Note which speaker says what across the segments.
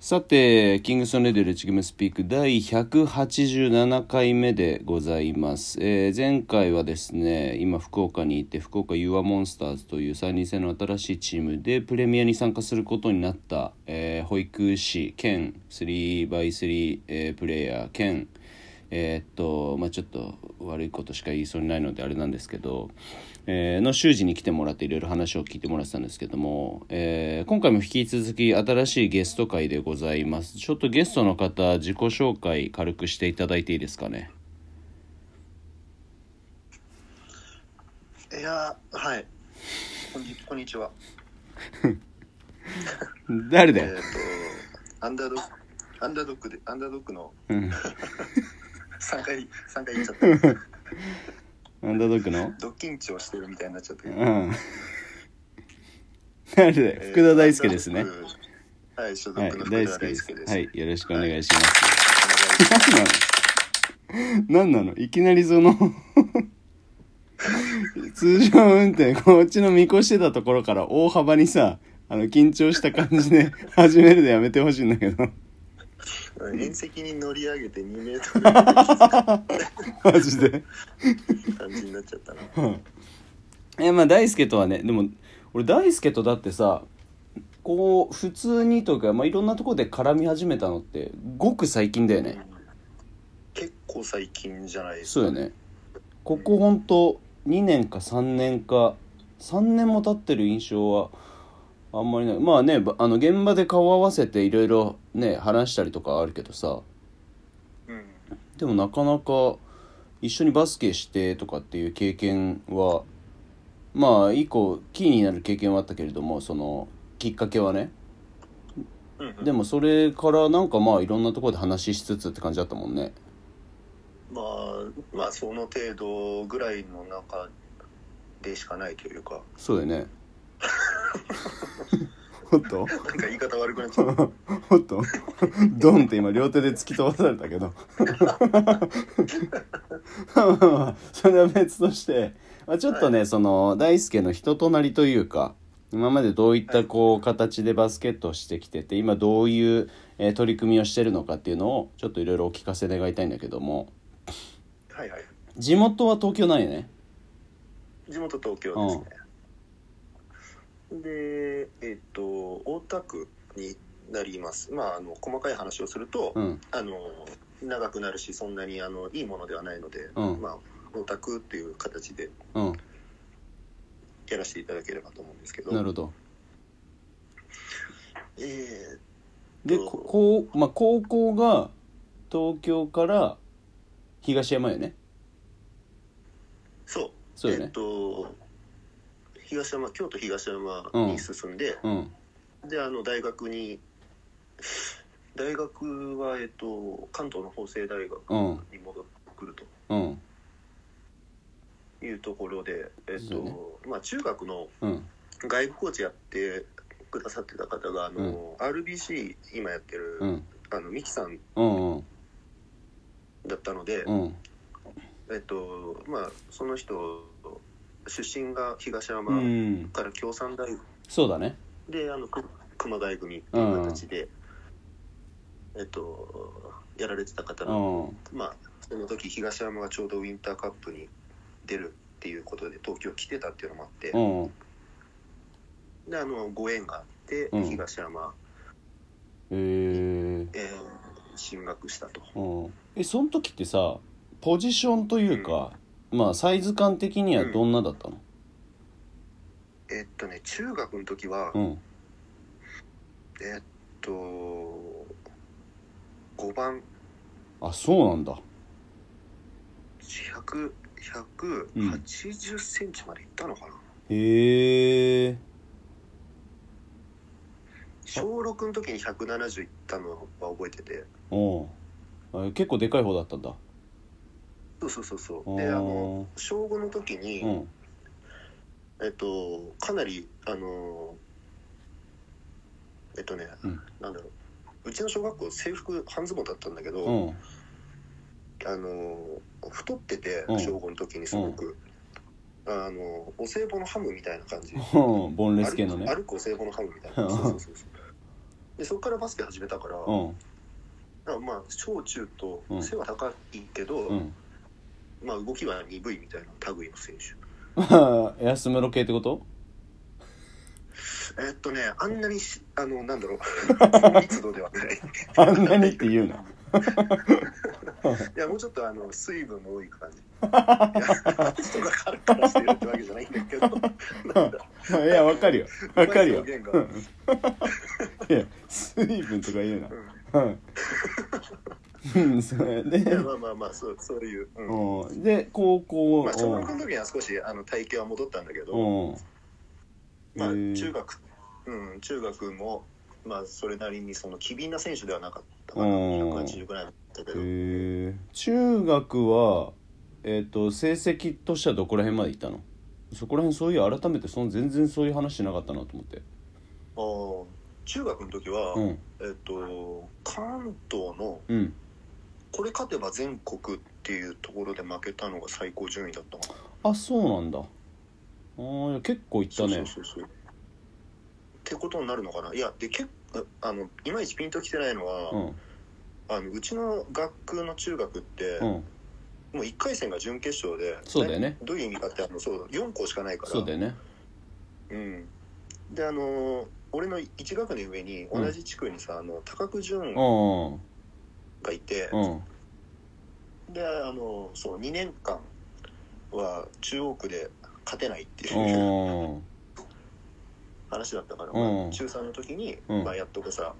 Speaker 1: さて、キングソンレディオレチグムスピーク第187回目でございます。えー前回はですね、今福岡にいて、福岡 u アモンスターズという参人制の新しいチームでプレミアに参加することになった、えー保育士兼 3x3、えープレイヤー兼、えーっと、まあちょっと悪いことしか言いそうにないのであれなんですけど、えーの修士に来てもらっていろいろ話を聞いてもらってたんですけども、えー今回も引き続き新しいゲスト会でございます。ちょっとゲストの方、自己紹介軽くしていただいていいですかね。
Speaker 2: いやーはいこんに こんにちは
Speaker 1: 誰
Speaker 2: え
Speaker 1: だ
Speaker 2: っ、
Speaker 1: よ。
Speaker 2: とアンダードッグアンダードッグでアンダードッグの
Speaker 1: うん。
Speaker 2: 3回 三回言っちゃ った
Speaker 1: アンダードッグの
Speaker 2: ドッキンチをしてるみたいになっちゃったけ
Speaker 1: う
Speaker 2: ど、
Speaker 1: ん。誰だよ。
Speaker 2: えー
Speaker 1: 福田大輔ですね
Speaker 2: アン。ダードッグはい所
Speaker 1: はい
Speaker 2: 属の、
Speaker 1: 大
Speaker 2: 福田
Speaker 1: 輔で
Speaker 2: 大
Speaker 1: す
Speaker 2: 輔で。す、
Speaker 1: はい、よろしくお願いします。
Speaker 2: お願いし
Speaker 1: 何なの何なのいきなりその 通常運転こっちの見越してたところから大幅にさあの緊張した感じで 始めるのやめてほしいんだけど
Speaker 2: ます遠石に乗り上げて2メートルぐらいの
Speaker 1: マジで
Speaker 2: 感じになっち ゃったな
Speaker 1: えまあ大輔とはねでも俺大輔とだってさこう普通にというか、まあ、いろんなところで絡み始めたのってごく最近だよね
Speaker 2: 結構最近じゃないです
Speaker 1: そう
Speaker 2: か
Speaker 1: よねここほんと2年か3年か3年も経ってる印象はあんまりないまあねばあの現場で顔合わせていろいろね話したりとかあるけどさ
Speaker 2: うん
Speaker 1: でもなかなか一緒にバスケしてとかっていう経験はまあ以降キーになる経験はあったけれどもそのきっかけはね
Speaker 2: うんうん
Speaker 1: でもそれからなんかまあいろんなところで話しつつって感じだったもんね
Speaker 2: まあまあその程度ぐらいの中でしかないというか
Speaker 1: そうだよ ねほんと
Speaker 2: なんか言い方悪くな っちゃった
Speaker 1: おっとドンって今両手で突き飛ばされたけどまあまあまあそれは別として、まあ、ちょっとね、その大輔の人となりというか今までどういったこう形でバスケットをしてきてて今どういう、えー取り組みをしてるのかっていうのをちょっといろいろお聞かせ願いたいんだけども
Speaker 2: はいはい。
Speaker 1: 地元は東京なんやね
Speaker 2: 地元東京ですね。で、えっ、と、大田区になります。まあ、あの、細かい話をすると、
Speaker 1: うん
Speaker 2: あの、長くなるし、そんなに、あの、いいものではないので、
Speaker 1: うん
Speaker 2: まあ、大田区っていう形で
Speaker 1: うん
Speaker 2: やらせていただければと思うんですけど。
Speaker 1: なるほど
Speaker 2: えー
Speaker 1: で
Speaker 2: そう
Speaker 1: ここう、まあ、高校が東京から東山よね
Speaker 2: そう。
Speaker 1: そうよ
Speaker 2: えっ、
Speaker 1: ね
Speaker 2: と、東山、京都東山に進んで、
Speaker 1: うん
Speaker 2: であの大学に大学は、えっと、関東の法政大学
Speaker 1: うん
Speaker 2: に戻ってくる
Speaker 1: うん
Speaker 2: というところで、えっ
Speaker 1: そうね
Speaker 2: とまあ、中学の
Speaker 1: うん
Speaker 2: 外部コーチやってくださってた方があの、RBC 今やってる、
Speaker 1: うん
Speaker 2: あのミキさん
Speaker 1: うんうん
Speaker 2: だったので、
Speaker 1: うん
Speaker 2: えっとまあ、その人出身が東
Speaker 1: う
Speaker 2: 山
Speaker 1: ん
Speaker 2: から共産大学
Speaker 1: そうだね
Speaker 2: であのく熊谷組っていう形で、えっと、やられてた方
Speaker 1: う
Speaker 2: なんで
Speaker 1: ん
Speaker 2: まあ、その時東山がちょうどウィンターカップに出るっていうことで東京来てたっていうのもあって、
Speaker 1: うん
Speaker 2: であのご縁があって、
Speaker 1: うん
Speaker 2: 東山、
Speaker 1: えー
Speaker 2: えー進学したと。
Speaker 1: うんえその時ってさポジションというかまあサイズ感的にはどんなだったの
Speaker 2: えっとね中学の時は、
Speaker 1: うん
Speaker 2: えっと5番
Speaker 1: あそうなんだ
Speaker 2: 100 180センチまでいったのかな、
Speaker 1: へえ
Speaker 2: 小6の時に170いったのは覚えてて
Speaker 1: うんあ結構でかい方だったんだ
Speaker 2: そうそうそうそうであの
Speaker 1: う
Speaker 2: 小5の時に、
Speaker 1: ん
Speaker 2: えっと、かなり、あのーえっとね、
Speaker 1: うん
Speaker 2: なんだろう、うちの小学校、制服、半ズボンだったんだけど、
Speaker 1: うん
Speaker 2: あのー太ってて、
Speaker 1: うん
Speaker 2: 小5の時にすごく、あのーお歳暮のハムみたいな感じ、
Speaker 1: うんボンレス系のね
Speaker 2: 歩く歩くお歳暮のハムみたいな、そうそうそうそうでそこからバスケ始めたから,、
Speaker 1: うん
Speaker 2: まあ小中と
Speaker 1: うん
Speaker 2: 背は高いけど、
Speaker 1: うん
Speaker 2: まあ動きは鈍いみたいな類の選手
Speaker 1: 安室系ってこと
Speaker 2: えーっとねあんなにしあのなんだろ う密度ではない
Speaker 1: あんなにって言う な
Speaker 2: いやもうちょっとあの水分の多い感じいや人がカラカラしてるってわけじゃないんだけどなんだ
Speaker 1: いやわかるよわかるよ
Speaker 2: うまい表現
Speaker 1: う
Speaker 2: が
Speaker 1: んいや水分とか言うな
Speaker 2: うん
Speaker 1: うん、うん、それ
Speaker 2: い
Speaker 1: で
Speaker 2: やまあまあまあそうそういう、うん
Speaker 1: うんで高校
Speaker 2: まあ小学の時には少しあの体型は戻ったんだけ
Speaker 1: う
Speaker 2: ど、
Speaker 1: んうん
Speaker 2: まあ、
Speaker 1: へー
Speaker 2: 中学、うん、中学も、まあ、それなりにその機敏な選手ではなかったか
Speaker 1: う
Speaker 2: ら
Speaker 1: ん
Speaker 2: 180ぐらいだったけ
Speaker 1: へ
Speaker 2: ど、
Speaker 1: え中学はえっ、と成績としてはどこら辺までいったのそこら辺そういう改めてその全然そういう話しなかったなと思って
Speaker 2: あー中学の時は、
Speaker 1: うん
Speaker 2: えっと関東の
Speaker 1: うん
Speaker 2: これ勝てば全国っていうところで負けたのが最高順位だったかな
Speaker 1: あそうなんだあー結構いった
Speaker 2: そう
Speaker 1: ね
Speaker 2: そうそうそうってことになるのかないやで結構あのいまいちピンときてないのは、あのうちの学区の中学って、
Speaker 1: うんうん
Speaker 2: もう1回戦が準決勝で
Speaker 1: そうだよね
Speaker 2: どどういう意味かってあのそう4校しかないから
Speaker 1: そうだよね
Speaker 2: うん、であのー俺の1学年上に
Speaker 1: うん
Speaker 2: 同じ地区にさ、あの高久
Speaker 1: う
Speaker 2: 潤が
Speaker 1: んうん
Speaker 2: いて、
Speaker 1: うん
Speaker 2: であのそう2年間は中央区で勝てないっていう
Speaker 1: うん
Speaker 2: 話だったから、
Speaker 1: うん
Speaker 2: まあ中3の時に、
Speaker 1: うん
Speaker 2: まあ、やっとこさ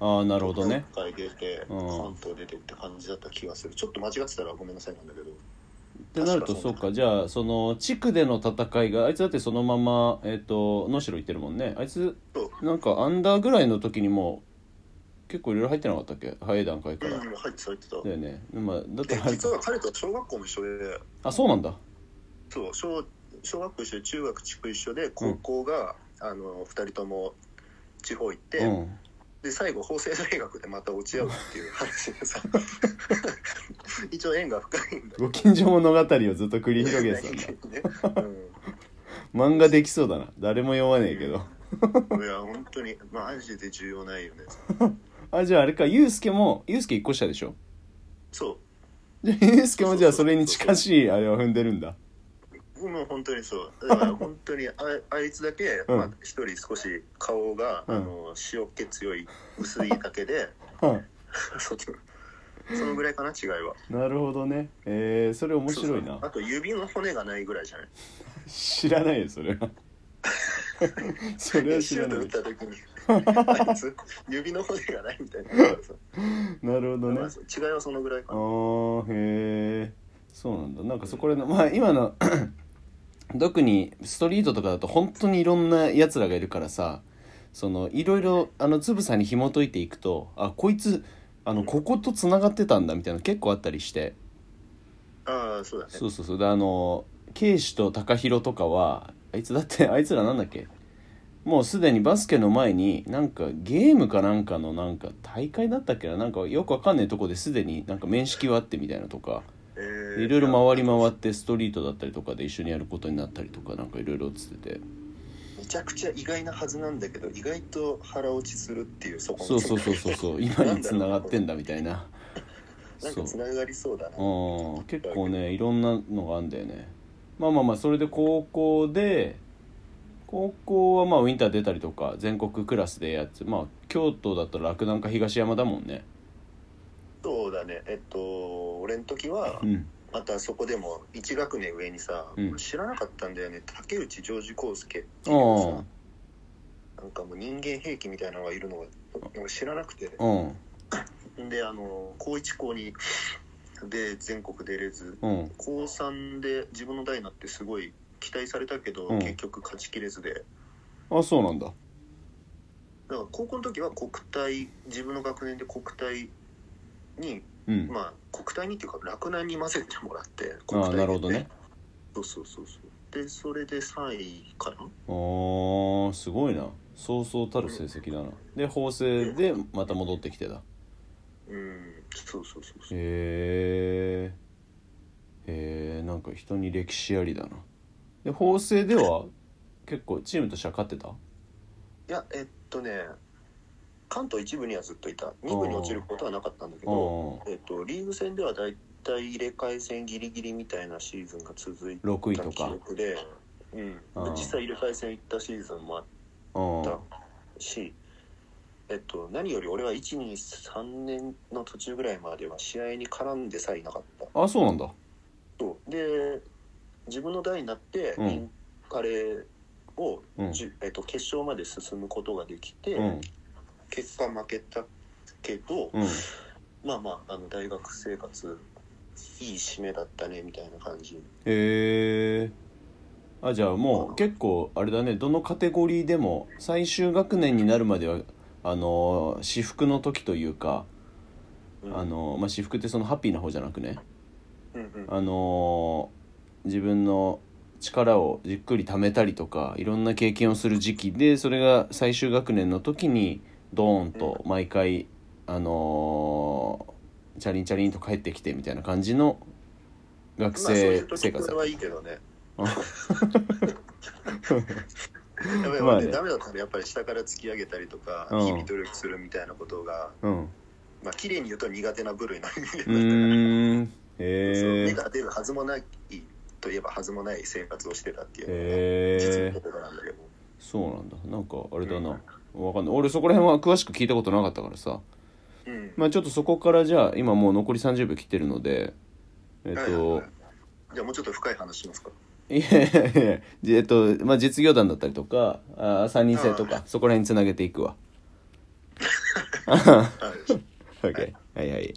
Speaker 1: ああなるほどね
Speaker 2: 東海出て
Speaker 1: うん
Speaker 2: 関東出てって感じだった気がするちょっと間違ってたらごめんなさいなんだけど
Speaker 1: ってなると
Speaker 2: 確か
Speaker 1: そ
Speaker 2: そうう
Speaker 1: かじゃあその地区での戦いがあいつだってそのまま、えっと能代行ってるもんねあいつ
Speaker 2: そ
Speaker 1: なんかアンダーぐらいの時にもう結構いろいろ入ってなかったっけ早い段階
Speaker 2: う
Speaker 1: か
Speaker 2: ん
Speaker 1: ら、
Speaker 2: 入ってた入ってた
Speaker 1: だよねまあだって
Speaker 2: で
Speaker 1: あれ
Speaker 2: 実は彼と小学校も一緒で
Speaker 1: あそうなんだ
Speaker 2: そう小小学校一緒で中学地区一緒で高校が、あの2人とも地方行って、
Speaker 1: うん
Speaker 2: で最後法政大学でまた落ち合うっていう話 でさ一応縁が深いんだ
Speaker 1: ご近所物語をずっと繰り広げてたんだ
Speaker 2: ね
Speaker 1: 漫画できそうだな誰も読まねえけど
Speaker 2: うん、いや本当にまあマジで重要ないよね
Speaker 1: あじゃああれかユうスケもユうスケ1個下でしょ
Speaker 2: そ
Speaker 1: じゃあユうスケもじゃあそれに近しいあれを踏んでるんだ
Speaker 2: うもう本当にそうだから本当にああいつだけ
Speaker 1: うん
Speaker 2: まあ、一人少し顔が、
Speaker 1: うん
Speaker 2: あの塩気強い薄いだけで
Speaker 1: はい
Speaker 2: そそのぐらいかな違いは
Speaker 1: なるほどねえー、それ面白い
Speaker 2: そう
Speaker 1: な
Speaker 2: そうあと指の骨がないぐらいじゃない
Speaker 1: 知らないよそれは それは知
Speaker 2: シ
Speaker 1: ら
Speaker 2: ュート
Speaker 1: な
Speaker 2: 打
Speaker 1: い
Speaker 2: った時に あいつ指の骨がないみたいな
Speaker 1: なるほどね
Speaker 2: まあ違いはそのぐらいか
Speaker 1: あ
Speaker 2: な
Speaker 1: ーへえそうなんだなんかそこら辺のまあ今の 特にストリートとかだと本当にいろんなやつらがいるからさそのいろいろあのつぶさに紐解いていくとあこいつあのこことつながってたんだみたいなの結構あったりして
Speaker 2: ああそうだね
Speaker 1: そうそうそうであの圭司と高弘とかはあいつだって あいつらなんだっけもうすでにバスケの前になんかゲームかなんかのなんか大会だったっけななんかよくわかんないとこですでになんか面識はあってみたいなとか
Speaker 2: えー
Speaker 1: いろいろ回り回ってストリートだったりとかで一緒にやることになったりとかなんかいろいろつってて
Speaker 2: めちゃくちゃ意外なはずなんだけど意外と腹落ちするっていうそこの
Speaker 1: そうそうそうそうそう今につながってんだみたいな
Speaker 2: なん
Speaker 1: そ
Speaker 2: か
Speaker 1: う
Speaker 2: つながりそうだな
Speaker 1: うん結構ねいろんなのがあんだよねまあまあまあそれで高校で高校はまあウィンター出たりとか全国クラスでやつまあ京都だったら洛南か東山だもんね
Speaker 2: そうだねえっと俺の時は
Speaker 1: うん
Speaker 2: またそこでも1学年上にさ、
Speaker 1: うん
Speaker 2: 知らなかったんだよね竹内ジョージ康介っていう
Speaker 1: う
Speaker 2: さ
Speaker 1: ん
Speaker 2: なんかもう人間兵器みたいなのがいるのがなんか知らなくて
Speaker 1: うん
Speaker 2: であの高一高にで全国出れず
Speaker 1: うん
Speaker 2: 高3で自分の代になってすごい期待されたけど、
Speaker 1: うん
Speaker 2: 結局勝ちきれずで
Speaker 1: あそうなんだ
Speaker 2: だから高校の時は国体自分の学年で国体に
Speaker 1: うん
Speaker 2: まあ国体にっていうか洛南に混ぜてもらって
Speaker 1: あ
Speaker 2: 国体
Speaker 1: あ
Speaker 2: に
Speaker 1: なるほどね
Speaker 2: そうそうそうそうでそれで3位かな
Speaker 1: あーすごいなそうそうたる成績だなで法政でまた戻ってきてだ
Speaker 2: うんそうそうそうそう
Speaker 1: へえへえんか人に歴史ありだなで法政では結構チームとしては勝ってた
Speaker 2: いやえっとね関東一部にはずっといた2部に落ちることはなかったんだけど、
Speaker 1: う
Speaker 2: えっと、リーグ戦ではだいたい入れ替え戦ギリギリみたいなシーズンが続い
Speaker 1: ん6位
Speaker 2: た
Speaker 1: と
Speaker 2: 記
Speaker 1: か
Speaker 2: 憶で、うん、
Speaker 1: ああ
Speaker 2: 実際入れ替え戦行ったシーズンもあっ
Speaker 1: うん
Speaker 2: たし、えっと、何より俺は123年の途中ぐらいまでは試合に絡んでさえいなかった
Speaker 1: あそうなんだ
Speaker 2: そうで自分の代になって、
Speaker 1: うん
Speaker 2: インカレを、
Speaker 1: うん
Speaker 2: じゅえっと、決勝まで進むことができて、
Speaker 1: うん
Speaker 2: 結果負けたけど、
Speaker 1: うん
Speaker 2: まあまああの大学生活いい締めだったねみたいな感じ
Speaker 1: へえあじゃあもう結構あれだねどのカテゴリーでも最終学年になるまではあのー私服の時というか、
Speaker 2: うん
Speaker 1: あのーまあ、私服ってそのハッピーな方じゃなくね
Speaker 2: うんうん
Speaker 1: あのー自分の力をじっくり貯めたりとかいろんな経験をする時期でそれが最終学年の時にドーンと毎回、あのーチャリンチャリンと帰ってきてみたいな感じの学
Speaker 2: まあそうい
Speaker 1: 生
Speaker 2: う時
Speaker 1: 生
Speaker 2: こ
Speaker 1: 活だ
Speaker 2: れ
Speaker 1: っ
Speaker 2: はいいけ どね
Speaker 1: あ
Speaker 2: やばい、
Speaker 1: まあね
Speaker 2: 俺ダメだったらやっぱり下から突き上げたりとか
Speaker 1: うん
Speaker 2: 日々努力するみたいなことが、
Speaker 1: た。うん
Speaker 2: まあ綺麗に言うと苦手な部類なんだけ
Speaker 1: う
Speaker 2: ど
Speaker 1: ーん
Speaker 2: そう
Speaker 1: へ
Speaker 2: 目
Speaker 1: え
Speaker 2: が出るはずもないといえばはずもない生活をしてたっていう
Speaker 1: へ
Speaker 2: 実の
Speaker 1: え
Speaker 2: ことなんだけど、
Speaker 1: そうなんだなんかあれだなわかんない俺そこら辺は詳しく聞いたことなかったからさ
Speaker 2: うん
Speaker 1: まあちょっとそこからじゃあ今もう残り30秒切ってるのでえっ
Speaker 2: はいはい
Speaker 1: と
Speaker 2: はいじゃあもうちょっと深い話しますか
Speaker 1: いやいやいやじえっとまあ実業団だったりとかあ3人制とか そこら辺つなげていくわ
Speaker 2: はい
Speaker 1: OK はいはい